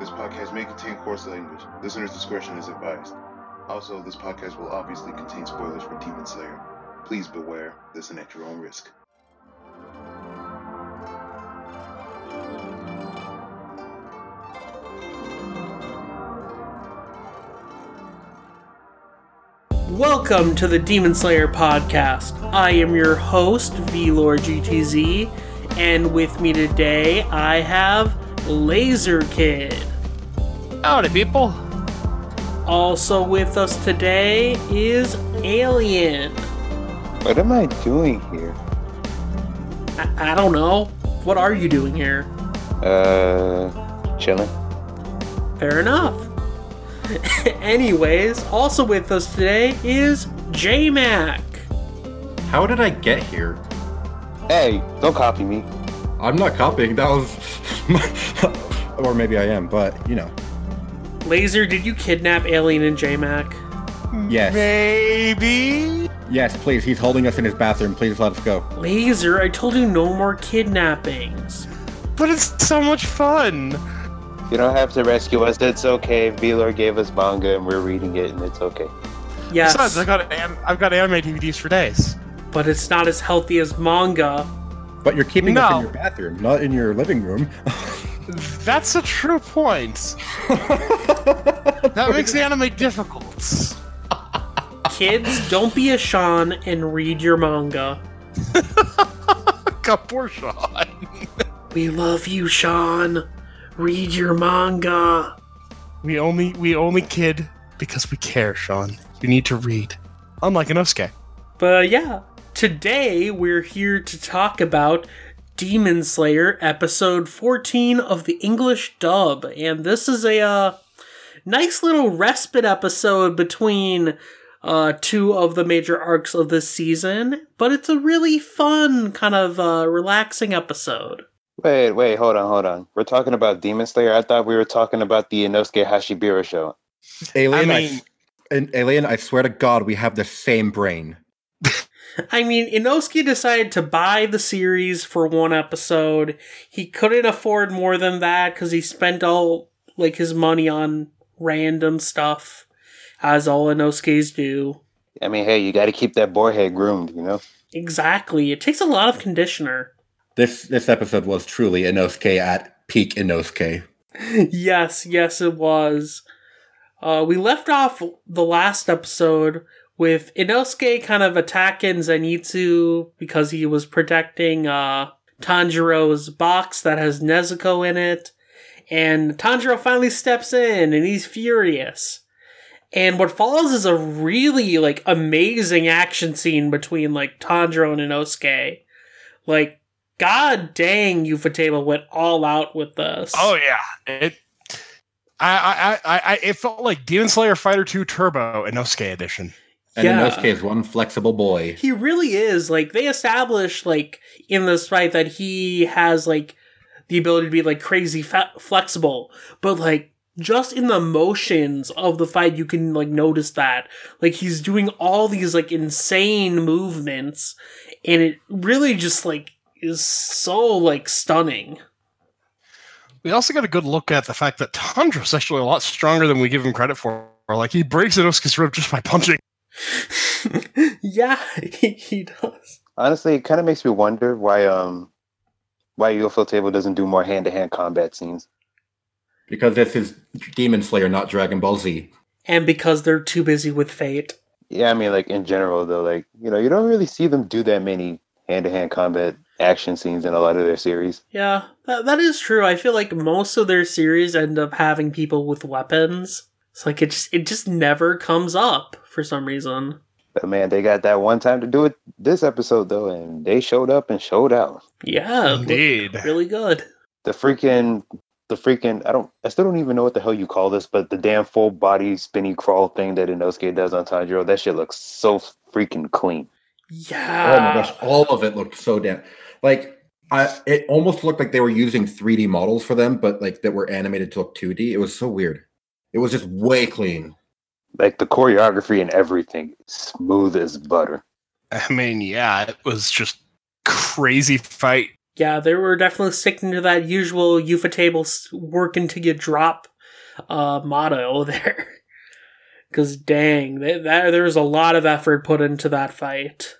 This podcast may contain coarse language. Listener's discretion is advised. Also, this podcast will obviously contain spoilers for Demon Slayer. Please beware, listen at your own risk. Welcome to the Demon Slayer podcast. I am your host, VLord GTZ, and with me today I have Laser Kid. Howdy, people. Also with us today is Alien. What am I doing here? I, I don't know. What are you doing here? Uh, chilling. Fair enough. Anyways, also with us today is J Mac. How did I get here? Hey, don't copy me. I'm not copying. That was. my- or maybe I am, but, you know. Laser, did you kidnap Alien and J Mac? Yes. Maybe. Yes, please. He's holding us in his bathroom. Please let us go. Laser, I told you no more kidnappings. But it's so much fun. You don't have to rescue us. It's okay. Velor gave us manga and we're reading it, and it's okay. Yes, Besides, I got an- I've got anime DVDs for days. but it's not as healthy as manga. But you're keeping us No. in your bathroom, not in your living room. That's a true point. that makes anime difficult. Kids, don't be a Sean and read your manga. Got poor Sean. We love you, Sean. Read your manga. We only we only kid because we care, Sean. You need to read. Unlike Inosuke. But uh, yeah, today we're here to talk about Demon Slayer episode 14 of the English dub. And this is a uh, nice little respite episode between uh, two of the major arcs of this season. But it's a really fun, kind of uh, relaxing episode. Wait, wait, hold on, hold on. We're talking about Demon Slayer. I thought we were talking about the Inosuke Hashibira show. Alien, I I mean- s- an alien, I swear to God, we have the same brain. I mean, Inosuke decided to buy the series for one episode. He couldn't afford more than that because he spent all like his money on random stuff, as all Inosuke's do. I mean, hey, you got to keep that boar head groomed, you know? Exactly. It takes a lot of conditioner. This this episode was truly Inosuke at peak Inosuke. yes, yes, it was. Uh, we left off the last episode with Inosuke kind of attacking Zenitsu because he was protecting uh, Tanjiro's box that has Nezuko in it. And Tanjiro finally steps in and he's furious. And what follows is a really like amazing action scene between like Tanjiro and Inosuke. Like, god dang, Yufatable went all out with this. Oh yeah. It I I, I, I it felt like Demon Slayer Fighter 2 Turbo Inosuke edition. And Yeah. Inosuke is one flexible boy. He really is. Like they establish like in this fight that he has like the ability to be like crazy fa- flexible, but like just in the motions of the fight you can like notice that like he's doing all these like insane movements and it really just like is so like stunning. We also got a good look at the fact that Tandra's actually a lot stronger than we give him credit for. Like he breaks Inosuke's rib just by punching. yeah, he, he does. Honestly, it kind of makes me wonder why, um, why UFO Table doesn't do more hand to hand combat scenes. Because this is Demon Slayer, not Dragon Ball Z. And because they're too busy with fate. Yeah, I mean, like in general, though, like you know, you don't really see them do that many hand-to-hand combat action scenes in a lot of their series. Yeah, that, that is true. I feel like most of their series end up having people with weapons. It's like it just it just never comes up for some reason. But man, they got that one time to do it this episode though, and they showed up and showed out. Yeah, Oh, it looked Indeed. really good. Oh The freaking, the freaking, I don't, I still don't even know what the hell you call this, but the damn full body spinny crawl thing that Inosuke does on Tanjiro, that shit looks so freaking clean. Yeah. Oh my gosh, all of it looked so damn like I it almost looked like they were using 3D models for them, but like that were animated to look 2D. It was so weird. It was just way clean. Like the choreography and everything, smooth as butter. I mean, yeah, it was just crazy fight yeah, they were definitely sticking to that usual Yufa tables working till you drop uh, motto there. Because dang, they, that, there was a lot of effort put into that fight.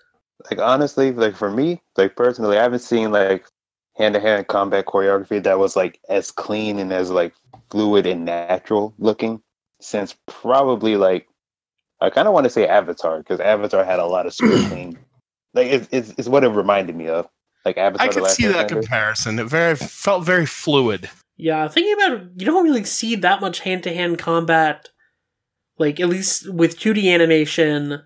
Like honestly, like for me, like personally, I haven't seen like hand to hand combat choreography that was like as clean and as like fluid and natural looking since probably like I kind of want to say Avatar because Avatar had a lot of scripting. like it's, it's it's what it reminded me of. Like Avatar. I The could Last see that Airbender. comparison. It very felt very fluid. Yeah, thinking about it, you don't really see that much hand to hand combat, like at least with 2D animation,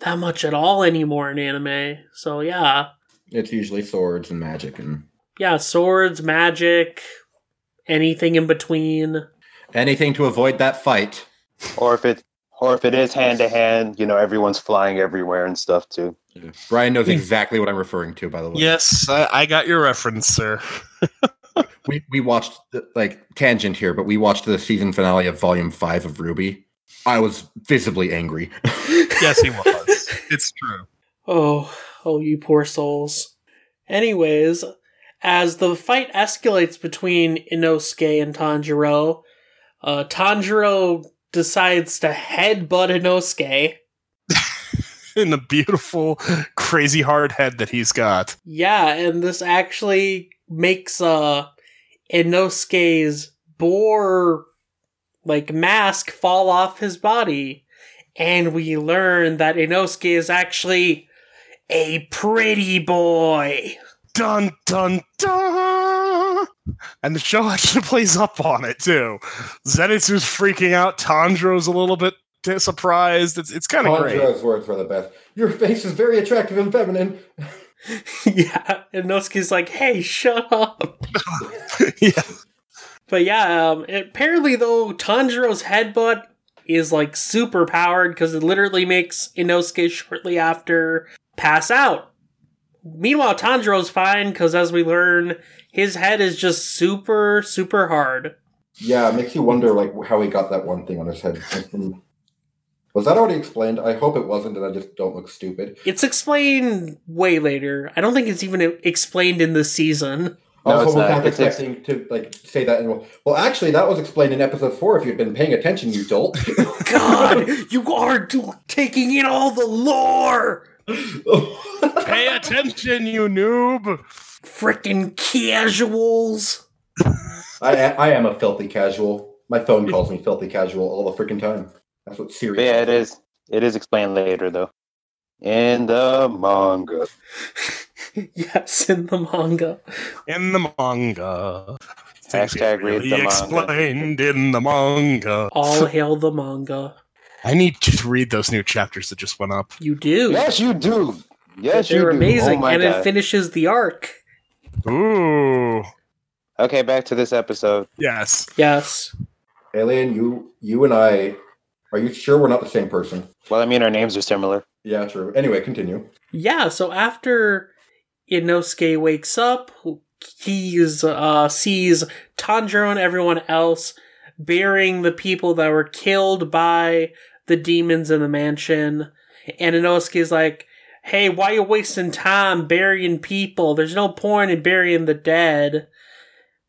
that much at all anymore in anime. So yeah, It's usually swords and magic and yeah, swords, magic, anything in between. anything to avoid that fight. Or if it or if it is hand to hand, you know, everyone's flying everywhere and stuff too. Brian knows exactly what I'm referring to, by the way. Yes, I, I got your reference, sir. we we watched like tangent here, but we watched the season finale of Volume Five of Ruby. I was visibly angry. Yes, he was. it's true. Oh, oh, you poor souls. Anyways, as the fight escalates between Inosuke and Tanjiro, uh, Tanjiro decides to headbutt Inosuke. In the beautiful, crazy hard head that he's got. Yeah, and this actually makes uh Inosuke's boar like mask fall off his body. And we learn that Inosuke is actually a pretty boy. Dun dun dun. And the show actually plays up on it too. Zenitsu's freaking out. Tanjiro's a little bit t- surprised. It's it's kind of great. words were the best. Your face is very attractive and feminine. yeah, Inosuke's like, hey, shut up. yeah. But yeah, um, apparently though, Tanjiro's headbutt is like super powered because it literally makes Inosuke shortly after pass out. Meanwhile, Tanjiro's fine because as we learn, his head is just super, super hard. Yeah, it makes you wonder like how he got that one thing on his head. Was that already explained? I hope it wasn't, and I just don't look stupid. It's explained way later. I don't think it's even explained in this season. No, also, it's was not. half It's ex- expecting to like say that. And well, well, actually, that was explained in episode four. If you'd been paying attention, you dolt. God, you are t- taking in all the lore! Pay attention, you noob. Frickin' casuals! I, I am a filthy casual. My phone calls me filthy casual all the freaking time. That's what Siri. But yeah, it is it is explained later though. In the manga. yes, in the manga. in the manga. Hashtag Things get read the manga. explained in the manga. All hail the manga. I need to read those new chapters that just went up. You do. Yes, you do. Yes, you They're do. amazing, Oh my and it God. finishes the arc. Ooh, okay, back to this episode. yes. Yes. Alien, you you and I. Are you sure we're not the same person? Well, I mean, our names are similar. Yeah, true. Anyway, continue. Yeah, so after Inosuke wakes up, he's uh sees Tanjiro and everyone else burying the people that were killed by the demons in the mansion. And Inosuke's like, hey, why you wasting time burying people? There's no point in burying the dead.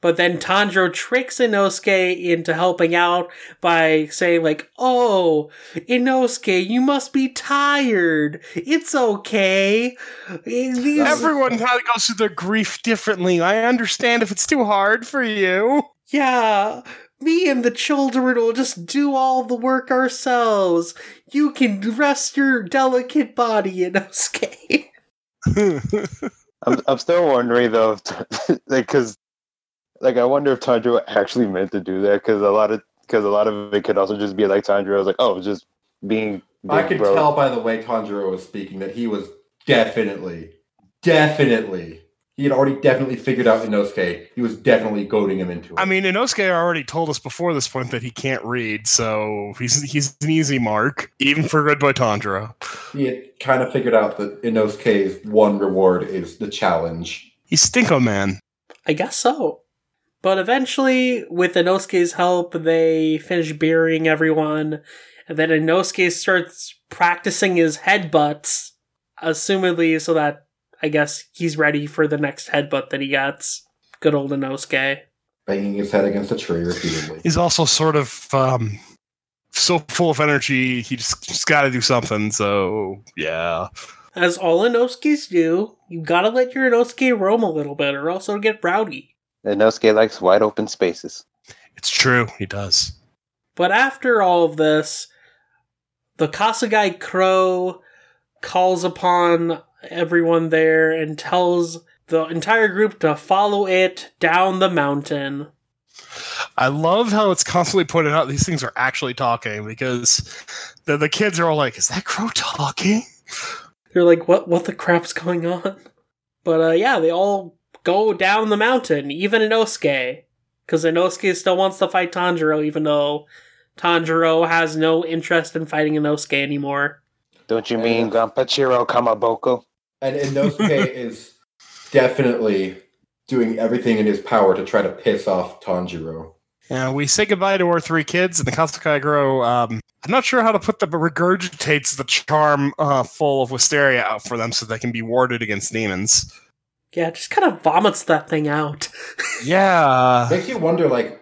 But then Tanjiro tricks Inosuke into helping out by saying, like, oh, Inosuke, you must be tired. It's okay. These- Everyone kind of goes through their grief differently. I understand if it's too hard for you. Yeah, me and the children will just do all the work ourselves. You can rest your delicate body in Osuke. I'm, I'm still wondering though, if- like, cause, like, I wonder if Tanjiro actually meant to do that, cause a lot of, cause a lot of it could also just be like Tanjiro was like, oh, just being. I big could bro. tell by the way Tanjiro was speaking that he was definitely, definitely. He had already definitely figured out Inosuke. He was definitely goading him into it. I mean, Inosuke already told us before this point that he can't read, so he's he's an easy mark, even for Red Boy Tundra. he had kind of figured out that Inosuke's one reward is the challenge. He's Stinko Man. I guess so. But eventually, with Inosuke's help, they finish burying everyone, and then Inosuke starts practicing his headbutts, assumedly so that I guess he's ready for the next headbutt that he gets. Good old Inosuke. banging his head against a tree repeatedly. He's also sort of um, so full of energy. He just, just got to do something. So yeah, As all Inosuke's do, you gotta let your Inosuke roam a little bit or else it'll get rowdy. Inosuke likes wide open spaces. it's true. He does. But after all of this, the Kasagai Crow calls upon everyone there and tells the entire group to follow it down the mountain. I love how it's constantly pointed out these things are actually talking because the, the kids are all like, "Is that crow talking?" They're like, "What? What the crap's going on?" But uh, yeah, they all go down the mountain, even Inosuke, because Inosuke still wants to fight Tanjiro, even though Tanjiro has no interest in fighting Inosuke anymore. Don't you Yeah. mean Gampachiro Kamaboko? And Inosuke is definitely doing everything in his power to try to piss off Tanjiro. Yeah, we say goodbye to our three kids, and the Katsukai grow. Um, I'm not sure how to put the but regurgitates the charm uh, full of wisteria out for them, so they can be warded against demons. Yeah, just kind of vomits that thing out. Yeah, Makes you wonder, like,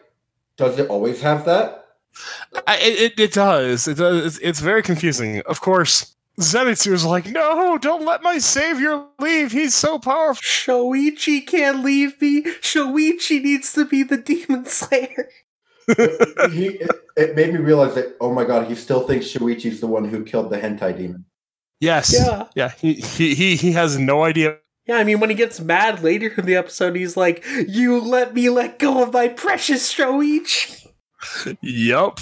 does it always have that? I, it, it- it does. It does. It's, it's very confusing. Of course, Zenitsu is like, no, don't let my savior leave. He's so powerful. Shoichi can't leave me. Shoichi needs to be the demon slayer. he, it, it made me realize that, oh my god, he still thinks Shuichi's the one who killed the hentai demon. Yes. Yeah. Yeah. He, he he he has no idea. Yeah, I mean, when he gets mad later in the episode, he's like, You let me let go of my precious Shoichi. Yup.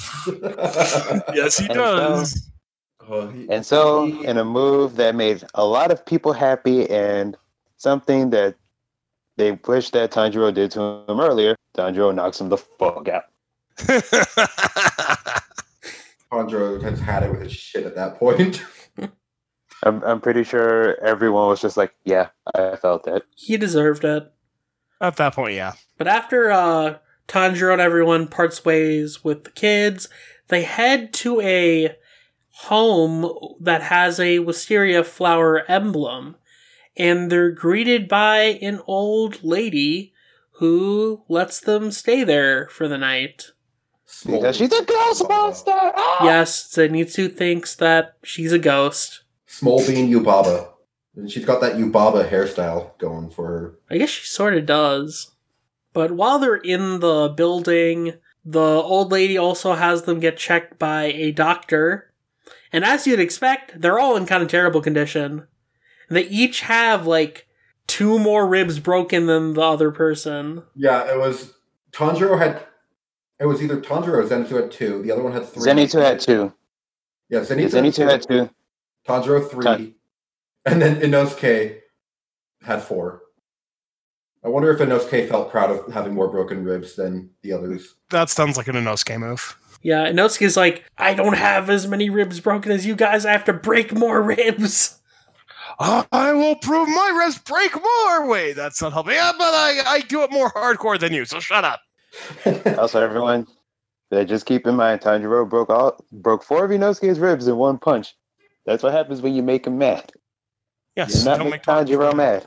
Yes, he And does. Oh, he- And so, he- in a move that made a lot of people happy and something that they wish that Tanjiro did to him earlier, Tanjiro knocks him the fuck out. Tanjiro has had it with his shit at that point. I'm, I'm pretty sure everyone was just like, yeah, I felt that. He deserved it. At that point, yeah. But after uh, Tanjiro and everyone parts ways with the kids, they head to a home that has a wisteria flower emblem, and they're greeted by an old lady who lets them stay there for the night. Because she's a ghost monster! Ah! Yes, Zenitsu thinks that she's a ghost. Small bean Yubaba. And she's got that Yubaba hairstyle going for her. I guess she sort of does. But while they're in the building, the old lady also has them get checked by a doctor. And as you'd expect, they're all in kind of terrible condition. They each have like two more ribs broken than the other person. Yeah, it was Tanjiro had. It was either Tanjiro or Zenitsu had two. The other one had three. Zenitsu had two. Yeah, Zenitsu, Zenitsu had two. Tanjiro three, Tan- and then Inosuke had four. I wonder if Inosuke felt proud of having more broken ribs than the others. That sounds like an Inosuke move. Yeah, Inosuke's like, I don't have as many ribs broken as you guys. I have to break more ribs. I I will prove my rest break more. Wait, that's not helping. Ah, but I, I do it more hardcore than you, so shut up. Also, everyone, they just keep in mind, Tanjiro broke all broke four of Inosuke's ribs in one punch. That's what happens when you make him mad. Yes, You're not don't make make time. Tanjiro mad.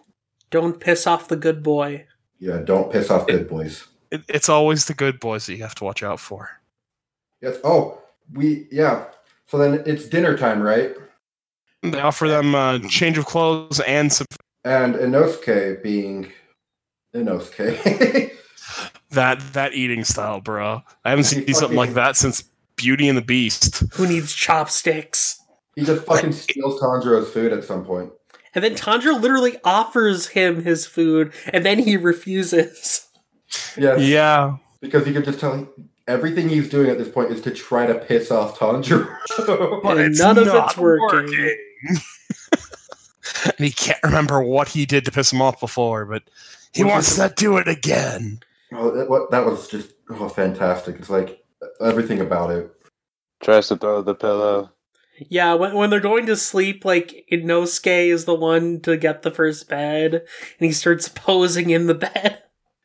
Don't piss off the good boy. yeah, don't piss off good boys. It, it's always the good boys that you have to watch out for. Yes. Oh, we yeah. So then it's dinner time, right? They offer them uh, change of clothes and some, And Inosuke being Inosuke. that that eating style, bro. I haven't He seen something like fucking- that since Beauty and the Beast. Who needs chopsticks? He just fucking steals Tanjiro's food at some point. And then Tanjiro literally offers him his food, and then he refuses. Yes. Yeah, Because you can just tell everything he's doing at this point is to try to piss off Tanjiro. And none of it's working. and he can't remember what he did to piss him off before, but he Which wants is- to do it again. oh, that, what, that was just oh, fantastic. It's like everything about it. Tries to throw the pillow. Yeah, when, when they're going to sleep, like Inosuke is the one to get the first bed, and he starts posing in the bed.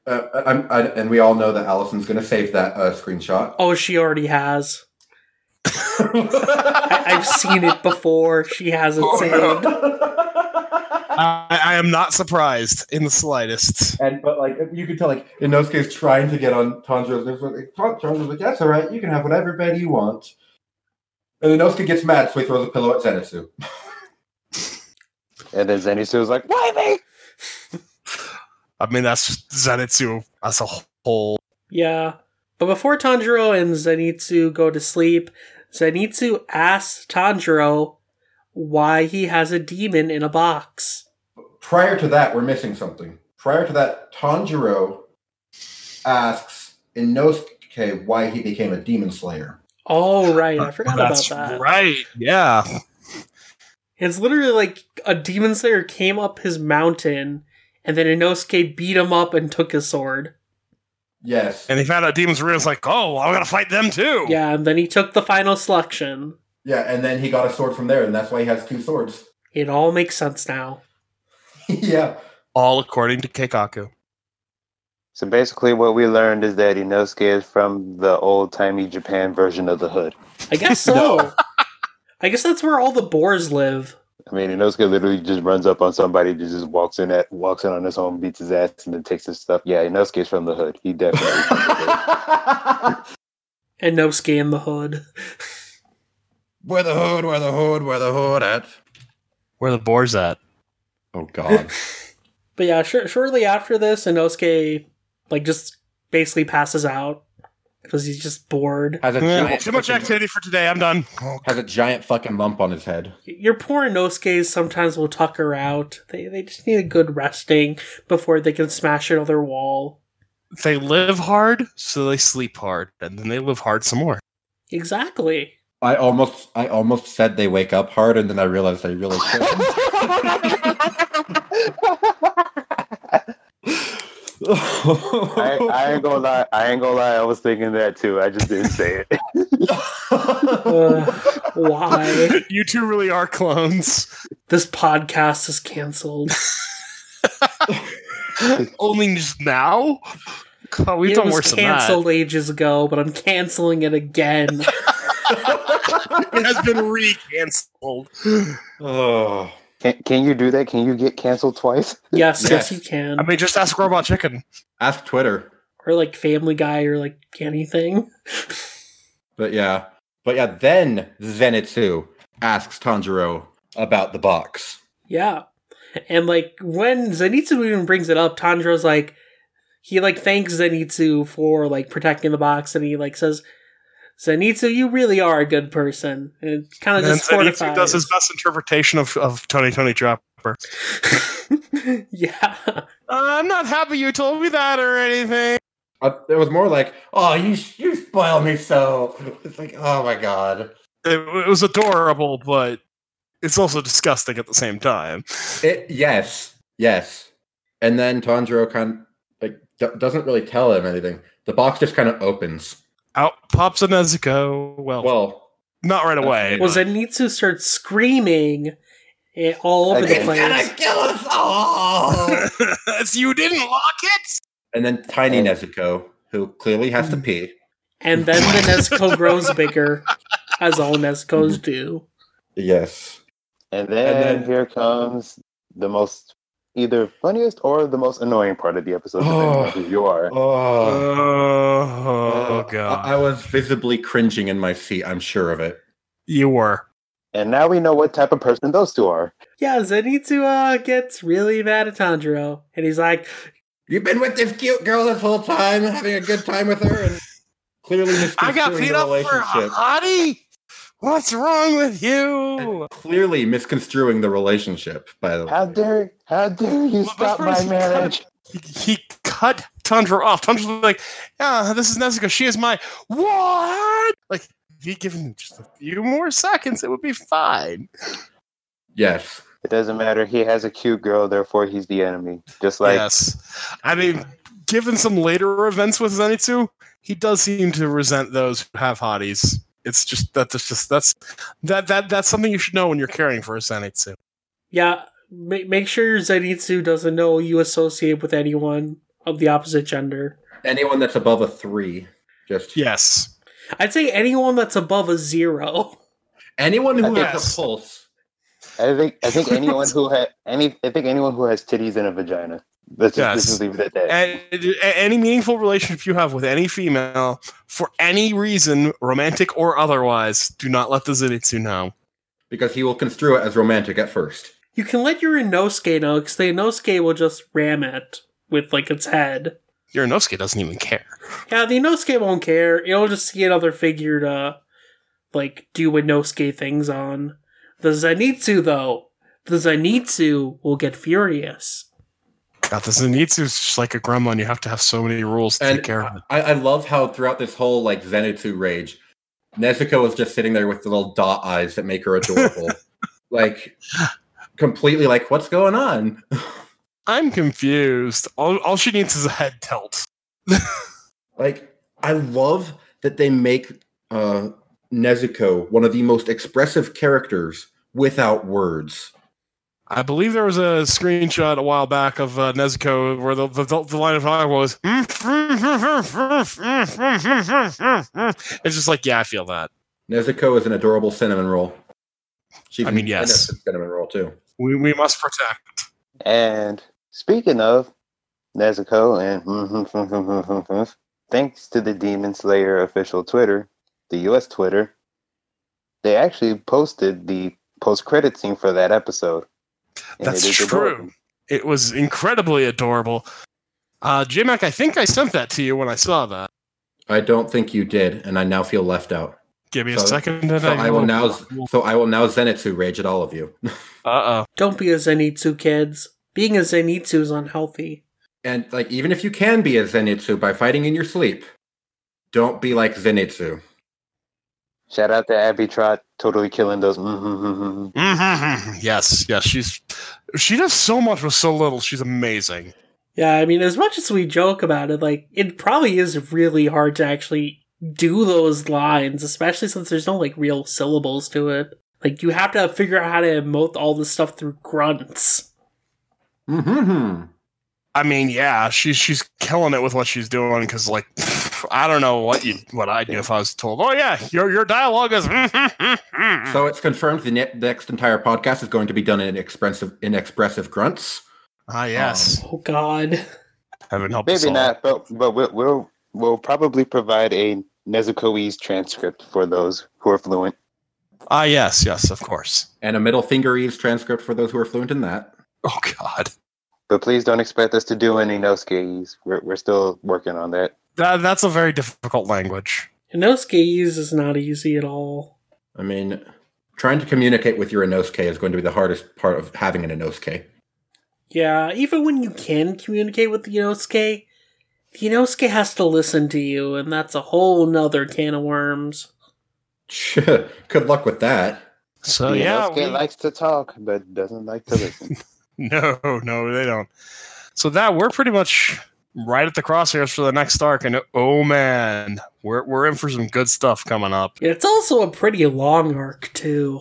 Uh, I, I'm- I, and we all know that Allison's going to save that uh, screenshot. Oh, she already has. Oh, I, I've seen it before. She has it saved. I, I am not surprised in the slightest. And but like you could tell, like in those cases, trying to get on Tanjiro's nerves, but, like Tan- Tanjiro's like, "That's all right, you can have whatever bed you want." And Inosuke gets mad, so he throws a pillow at Zenitsu. And then Zenitsu was like, "Why me?" I mean, that's just Zenitsu as a whole. Yeah. But before Tanjiro and Zenitsu go to sleep, Zenitsu asks Tanjiro why he has a demon in a box. Prior to that, we're missing something. Prior to that, Tanjiro asks Inosuke why he became a demon slayer. Oh, right. I forgot about that's that. right. Yeah. It's literally like a demon slayer came up his mountain, and then Inosuke beat him up and took his sword. Yes. And he found out demons were like, oh, well, I'm gonna fight them too. Yeah, and then he took the final selection. yeah, and then he got a sword from there, and that's why he has two swords. It all makes sense now. yeah. All according to Keikaku. So basically, what we learned is that Inosuke is from the old timey Japan version of the hood. I guess so. I guess that's where all the boars live. I mean, Inosuke literally just runs up on somebody, just just walks in at walks in on his own, beats his ass, and then takes his stuff. Yeah, Inosuke's from the hood. He definitely. from the hood. And Nosuke in the hood. where the hood, where the hood, where the hood at? Where the boar's at? Oh God. But yeah, shor- shortly after this, Inosuke like just basically passes out because he's just bored. has a Yeah, giant too much fucking- activity for today. I'm done. Has a giant fucking lump on his head. Your poor Inosuke sometimes will tuck her out. They they just need a good resting before they can smash another wall. They live hard, so they sleep hard, and then they live hard some more. Exactly. I almost I almost said they wake up hard and then I realized they really shouldn't. I, I ain't gonna lie. I ain't gonna lie. I was thinking that too. I just didn't say it. Uh, Ugh, why you two really are clones. this podcast is canceled? Only just now? God, we've it done was worse canceled ages ago, but I'm canceling it again. than that. It has been re-canceled. oh. Can, can you do that? Can you get canceled twice? yes, yes, Yes. you can. I mean, just ask Robot Chicken. Ask Twitter. or like Family Guy, or like anything. But yeah. But yeah, then Zenitsu asks Tanjiro about the box. Yeah. And like when Zenitsu even brings it up, Tanjiro's like he like thanks Zenitsu for like protecting the box and he like says, Zenitsu, you really are a good person. And it kind And of then just Zenitsu fortifies. does his best interpretation of, of Tony Tony Dropper. yeah. Uh, I'm not happy you told me that or anything. Uh, it was more like, "Oh, you you spoil me so." It's like, "Oh my god." It, it was adorable, but it's also disgusting at the same time. It yes, yes. And then Tanjiro kind of, like d- doesn't really tell him anything. The box just kind of opens. Out pops a Nezuko. Well, Well, not right away. Well Was Zenitsu starts screaming eh, all over the Again. place. kill us all. If you didn't lock it. and then tiny Nezuko, who clearly has to pee, And then the Nezuko grows bigger, as all Nezuko's do. yes, And then, then- here comes the most either funniest or the most annoying part of the episode, depending on who you are. Uh, Oh, Oh, god, Uh, I-, I was visibly cringing in my seat. I'm sure of it. you were. And now we know what type of person those two are. Yeah, Zenitsu uh, gets really mad at Tanjiro, and he's like, You've been with this cute girl this whole time, having a good time with her, and clearly I got misconstruing beat the up for relationship. hottie. What's wrong with you? Clearly misconstruing the relationship. By the Oh, way, How dare how dare you Well, stop my first- marriage? He, he cut Tundra off. Tundra's like, yeah, this is Nezuko. She is my what? Like, if he'd given him just a few more seconds, it would be fine. yes. It doesn't matter. He has a cute girl, therefore he's the enemy. Just like yes, I mean, given some later events with Zenitsu, he does seem to resent those who have hotties. It's just that that's just that's that that that's something you should know when you're caring for a Zenitsu. "Yeah, ma- make sure your Zenitsu doesn't know you associate with anyone of the opposite gender." Anyone that's above a three, just Yes. I'd say anyone that's above a zero. anyone who has Yes. a pulse. I think I think anyone who had any I think anyone who has titties and a vagina. Let's just, let's Yes. just leave it at that. And, a- any meaningful relationship you have with any female, for any reason, romantic or otherwise, do not let the Zenitsu know. because he will construe it as romantic at first. You can let your Inosuke know because the Inosuke will just ram it with like its head. Uranosuke doesn't even care. Yeah, the Inosuke won't care. It'll just see another figure to uh, like do Inosuke things on. The Zenitsu though, the Zenitsu will get furious. God, the Zenitsu is just like a gremlin. You have to have so many rules to And take care of it. I, I love how throughout this whole like Zenitsu rage, Nezuko is just sitting there with the little dot eyes that make her adorable. like completely like, what's going on? I'm confused. All, all she needs is a head tilt. Like, I love that they make uh Nezuko one of the most expressive characters without words. I believe there was a screenshot a while back of uh, Nezuko where the, the, the line of dialogue was, it's just like, yeah, I feel that. Nezuko is an adorable cinnamon roll. She's I mean, an yes. innocent cinnamon roll too. We, we must protect. And speaking of Nezuko hmm, and hmm, thanks to the Demon Slayer official Twitter, the US Twitter, they actually posted the post credit scene for that episode. And That's it is true. adorable. It was incredibly adorable. Uh, JMac, I think I sent that to you when I saw that. I don't think you did, and I now feel left out. Give me a So- second. And So I will now so I will now Zenitsu rage at all of you. Uh oh. Don't be a Zenitsu, kids. Being a Zenitsu is unhealthy. And like, even if you can be a Zenitsu by fighting in your sleep, don't be like Zenitsu. Shout out to Abby Trot totally killing those. mm Mm-hmm. Yes, yes. She's she does so much with so little. She's amazing. Yeah, I mean, as much as we joke about it, like, it probably is really hard to actually do those lines, especially since there's no, like, real syllables to it. Like, you have to figure out how to emote all this stuff through grunts. Mm-hmm. I mean, yeah, she's she's killing it with what she's doing. Because like, I don't know what you what I'd do if I was told. Oh yeah, your your dialogue is. So it's confirmed the ne- next entire podcast is going to be done in expressive in expressive grunts. Ah yes, Oh, God. haven't helped. us Maybe all. not, but but we'll, we'll we'll probably provide a Nezukoese transcript for those who are fluent. Ah yes, yes, of course. And a middle finger E's transcript for those who are fluent in that. Oh god. But please don't expect us to do any Nosukeese. We're we're still working on that. That, that's a very difficult language. Inosuke's is not easy at all. I mean, trying to communicate with your Inosuke is going to be the hardest part of having an Inosuke. Yeah, even when you can communicate with the Inosuke, the Inosuke has to listen to you, and that's a whole nother can of worms. Good luck with that. So The Oh, yeah, Inosuke we- likes to talk but doesn't like to listen. No, no, they don't. So that we're pretty much right at the crosshairs for the next arc, and oh man, we're we're in for some good stuff coming up. It's also a pretty long arc, too.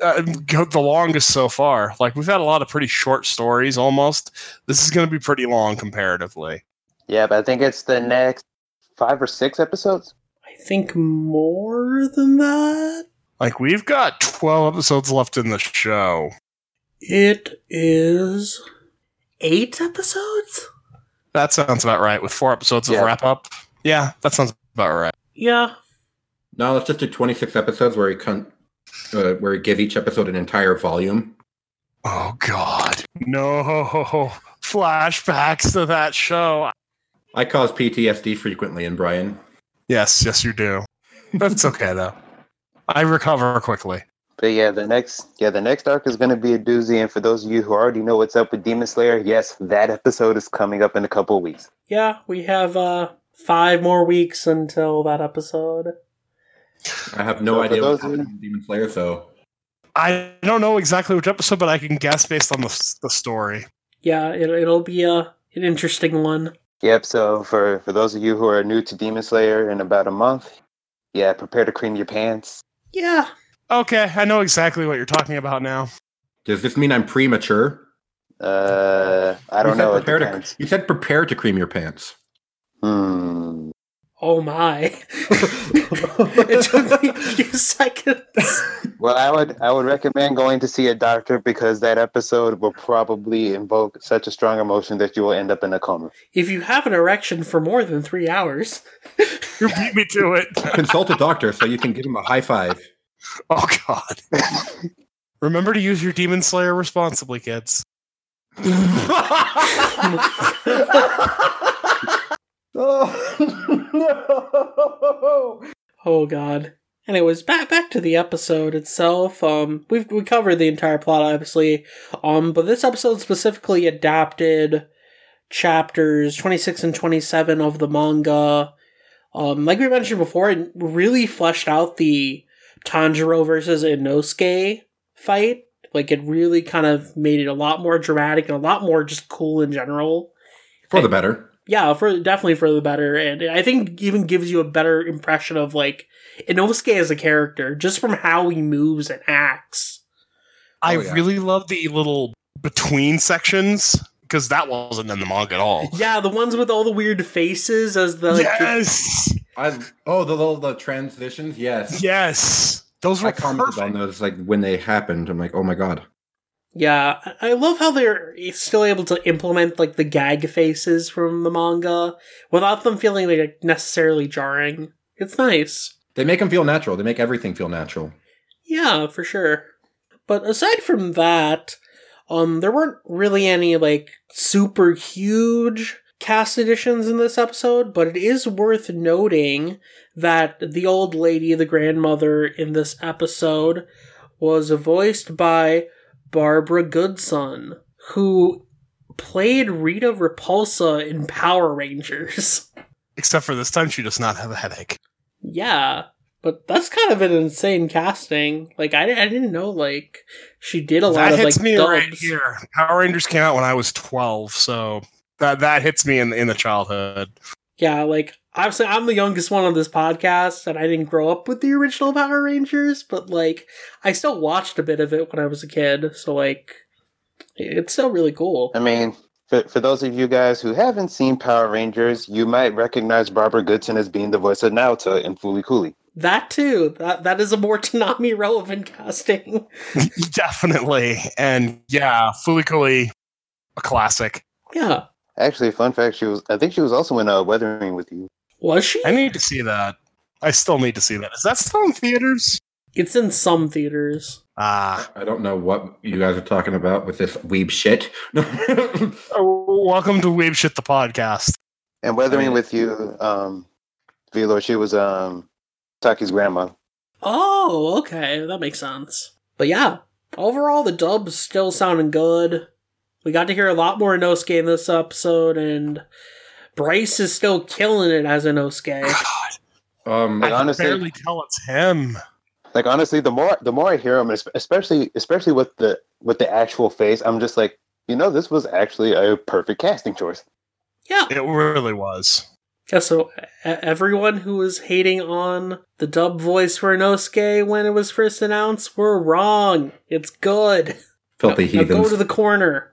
Uh, go- the longest so far. Like we've had a lot of pretty short stories almost. This is going to be pretty long comparatively. yeah, but I think it's the next five or six episodes. I think more than that. Like we've got twelve episodes left in the show. It is eight episodes? That sounds about right. With four episodes Yeah. of wrap up. Yeah, that sounds about right. Yeah. Now let's just do 26 episodes where he con- uh, where we give each episode an entire volume. Oh God, no flashbacks to that show. I cause PTSD frequently in Brian. Yes, yes, you do. That's okay though. I recover quickly. But yeah, the next yeah the next arc is going to be a doozy. And for those of you who already know what's up with Demon Slayer, yes, that episode is coming up in a couple weeks. Yeah, we have uh five more weeks until that episode. I have no So for idea what those of happened in Demon Slayer, so I don't know exactly which episode, but I can guess based on the, s- the story. Yeah, it, it'll be a an interesting one. Yep. So for for those of you who are new to Demon Slayer in about a month, yeah, prepare to cream your pants. Yeah. Okay, I know exactly what you're talking about now. does this mean I'm premature? Uh, I don't you said know. it Prepare to, depends. you said prepare to cream your pants. Hmm. Oh my. It took me a few seconds. Well, I would I would recommend going to see a doctor because that episode will probably invoke such a strong emotion that you will end up in a coma. If you have an erection for more than three hours, You beat me to it. Consult a doctor so you can give him a high five. Oh God. Remember to use your demon slayer responsibly, kids. oh no! Oh god. Anyways, back back to the episode itself. Um, we've we covered the entire plot, obviously. Um, but this episode specifically adapted chapters twenty six and twenty seven of the manga. Um, like we mentioned before, it really fleshed out the Tanjiro versus Inosuke fight. Like it really kind of made it a lot more dramatic and a lot more just cool in general For the better. yeah, for definitely for the better, and I think even gives you a better impression of like Inosuke as a character just from how he moves and acts. I Oh, yeah. really love the little between sections because that wasn't in the manga at all. Yeah, the ones with all the weird faces as the like, yes, I oh the little the transitions. Yes. yes, those were I commented perfect. on those like when they happened. I'm like, oh my god. yeah. I- I love how they're still able to implement like the gag faces from the manga without them feeling like necessarily jarring. It's nice. They make them feel natural. They make everything feel natural. Yeah, for sure. But aside from that, um, there weren't really any like super huge cast additions in this episode, but it is worth noting that the old lady, the grandmother in this episode, was voiced by Barbara Goodson, who played Rita Repulsa in Power Rangers. Except for this time, she does not have a headache. Yeah, but that's kind of an insane casting. Like I, I didn't know like she did a lot that of hits like me dubs. right here. Power Rangers came out when I was twelve, so that that hits me in in the childhood. Yeah, like obviously I'm the youngest one on this podcast, and I didn't grow up with the original Power Rangers, but like I still watched a bit of it when I was a kid. So like, it's still really cool. I mean, for, for those of you guys who haven't seen Power Rangers, you might recognize Barbara Goodson as being the voice of Naota in Foolie Cooley. That too. That that is a more Tanami relevant casting. Definitely, and yeah, Fulikuli, a classic. Yeah. Actually, fun fact: she was. I think she was also in uh, Weathering with You. Was she? I need to see that. I still need to see that. Is that still in theaters? It's in some theaters. Ah, I don't know what you guys are talking about with this weeb shit. oh, welcome to Weeb Shit the podcast. And Weathering mean- with You, um, Velo, she was um, Taki's grandma. Oh, okay, that makes sense. But yeah, overall the dub's still sounding good. We got to hear a lot more Inosuke in this episode, and Bryce is still killing it as Inosuke. um, Like, I can honestly- barely tell it's him. Like honestly, the more the more I hear him, espe- especially especially with the with the actual face, I'm just like, you know, this was actually a perfect casting choice. Yeah. It really was. yeah. So e- everyone who was hating on the dub voice for Inosuke when it was first announced were wrong. It's good. filthy Now go heathens. to the corner.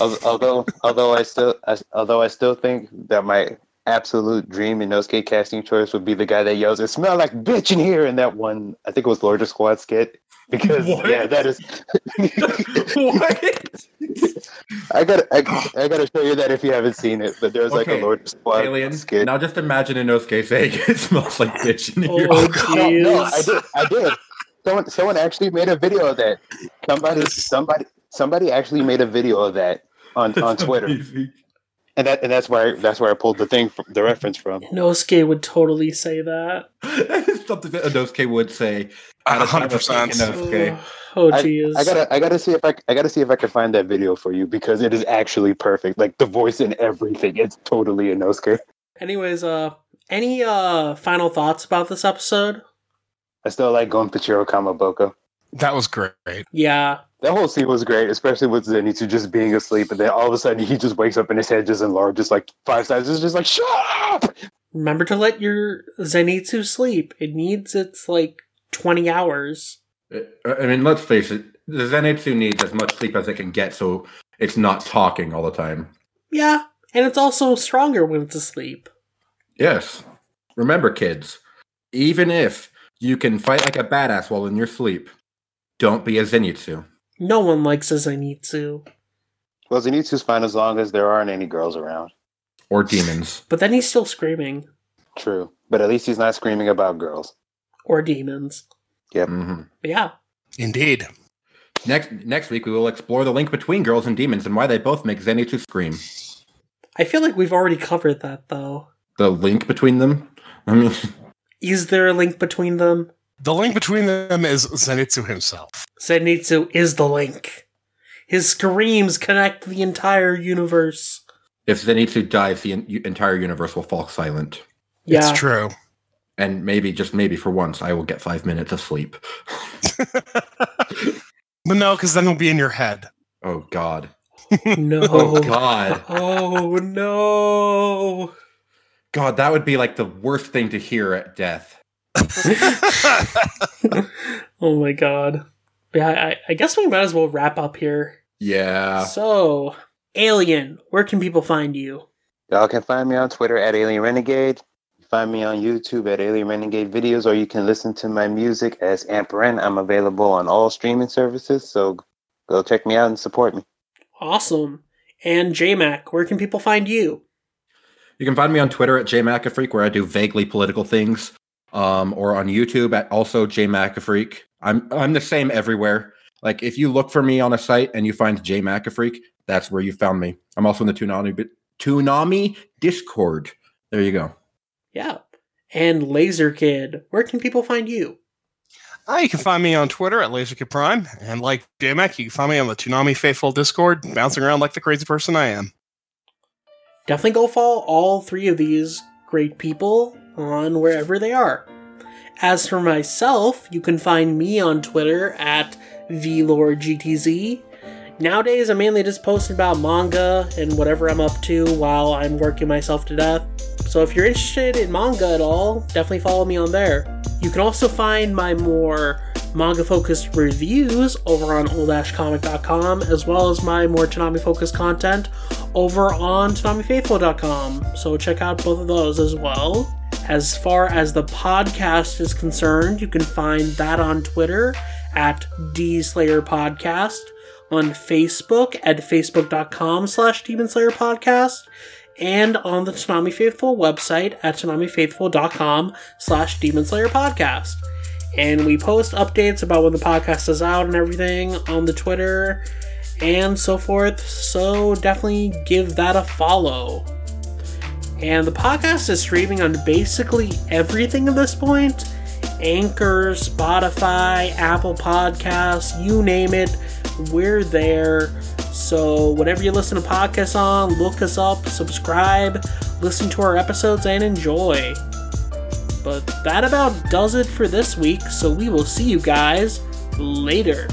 Al- although although I still I, although I still think that my absolute dream in Inosuke casting choice would be the guy that yells, "It smell like bitch in here!" in that one. I think it was Lord Squad skit. Because What? yeah, that is. what? I gotta I, I gotta show you that if you haven't seen it. But there's like Okay, a Lord Squad Alien. skit. Now just imagine Inosuke saying it smells like bitch in here. Oh, No, no, I jeez. did. I did. Someone, someone actually made a video of that. Somebody, somebody, somebody actually made a video of that on, on That's Twitter, amazing. and that and that's where I, that's where I pulled the thing, from, the reference from. Inosuke would totally say that. That is something that Inosuke would say. At a time of 100%. Inosuke. Oh, I- jeez. I gotta, I gotta see if I, I gotta see if I can find that video for you because it is actually perfect. Like the voice and everything, it's totally a Inosuke. Anyways, uh, any uh final thoughts about this episode? I still like going Pachiro Kamaboko. That was great. Yeah, That whole scene was great, especially with Zenitsu just being asleep, and then all of a sudden he just wakes up and his head just enlarges like five sizes, just like shut up. remember to let your Zenitsu sleep. It needs its like twenty hours. Uh, I I mean, let's face it. The Zenitsu needs as much sleep as it can get, so it's not talking all the time. Yeah, and it's also stronger when it's asleep. Yes. Remember, kids, even if you can fight like a badass while in your sleep, don't be a Zenitsu. No one likes a Zenitsu. Well, Zenitsu's fine as long as there aren't any girls around. Or demons. But then he's still screaming. True. But at least he's not screaming about girls. Or demons. hmm But yeah. Indeed. Next next week we will explore the link between girls and demons and why they both make Zenitsu scream. I feel like we've already covered that though. The link between them. I mean, Is there a link between them? The link between them is Zenitsu himself. Zenitsu is the link. His screams connect the entire universe. if Zenitsu dies, the en- entire universe will fall silent. Yeah. It's true. And maybe, just maybe, for once, I will get five minutes of sleep. But no, because then it'll be in your head. Oh God! No. Oh God! Oh no. God, that would be like the worst thing to hear at death. Oh my god. Yeah, I, I guess we might as well wrap up here. Ah. Yeah. So, Alien, where can people find you? Y'all can find me on Twitter at Alien Renegade. You Find me on YouTube at Alien Renegade Videos, or you can listen to my music as Amperin. I'm available on all streaming services, so go check me out and support me. Awesome. And JMac, where can people find you? You can find me on Twitter at jmacafreak, where I do vaguely political things, um, or on YouTube at also jmacafreak. I'm I'm the same everywhere. Like if you look for me on a site and you find jmacafreak, that's where you found me. I'm also in the Toonami Toonami Discord. There you go. Yeah. And Laser Kid, where can people find you? Uh, you can find me on Twitter at LaserKid Prime, and like JMac, you can find me on the Toonami Faithful Discord, bouncing around like the crazy person I am. Definitely go follow all three of these great people on wherever they are. As for myself, you can find me on Twitter at VLordGTZ. Nowadays, I mainly just post about manga and whatever I'm up to while I'm working myself to death. So if you're interested in manga at all, definitely follow me on there. You can also find my more manga focused reviews over on old-comic.com as well as my more Tanami focused content over on TanamiFaithful.com. So check out both of those as well. As far as the podcast is concerned, you can find that on Twitter at DSlayerPodcast, on Facebook at facebook.com slash DemonSlayerPodcast, and on the Tanami Faithful website at TanamiFaithful.com slash DemonSlayerPodcast. And we post updates about when the podcast is out and everything on the Twitter and so forth. So definitely give that a follow. And the podcast is streaming on basically everything at this point Anchor, Spotify, Apple Podcasts, you name it, we're there. So, whatever you listen to podcasts on, look us up, subscribe, listen to our episodes, and enjoy. But that about does it for this week, so we will see you guys later.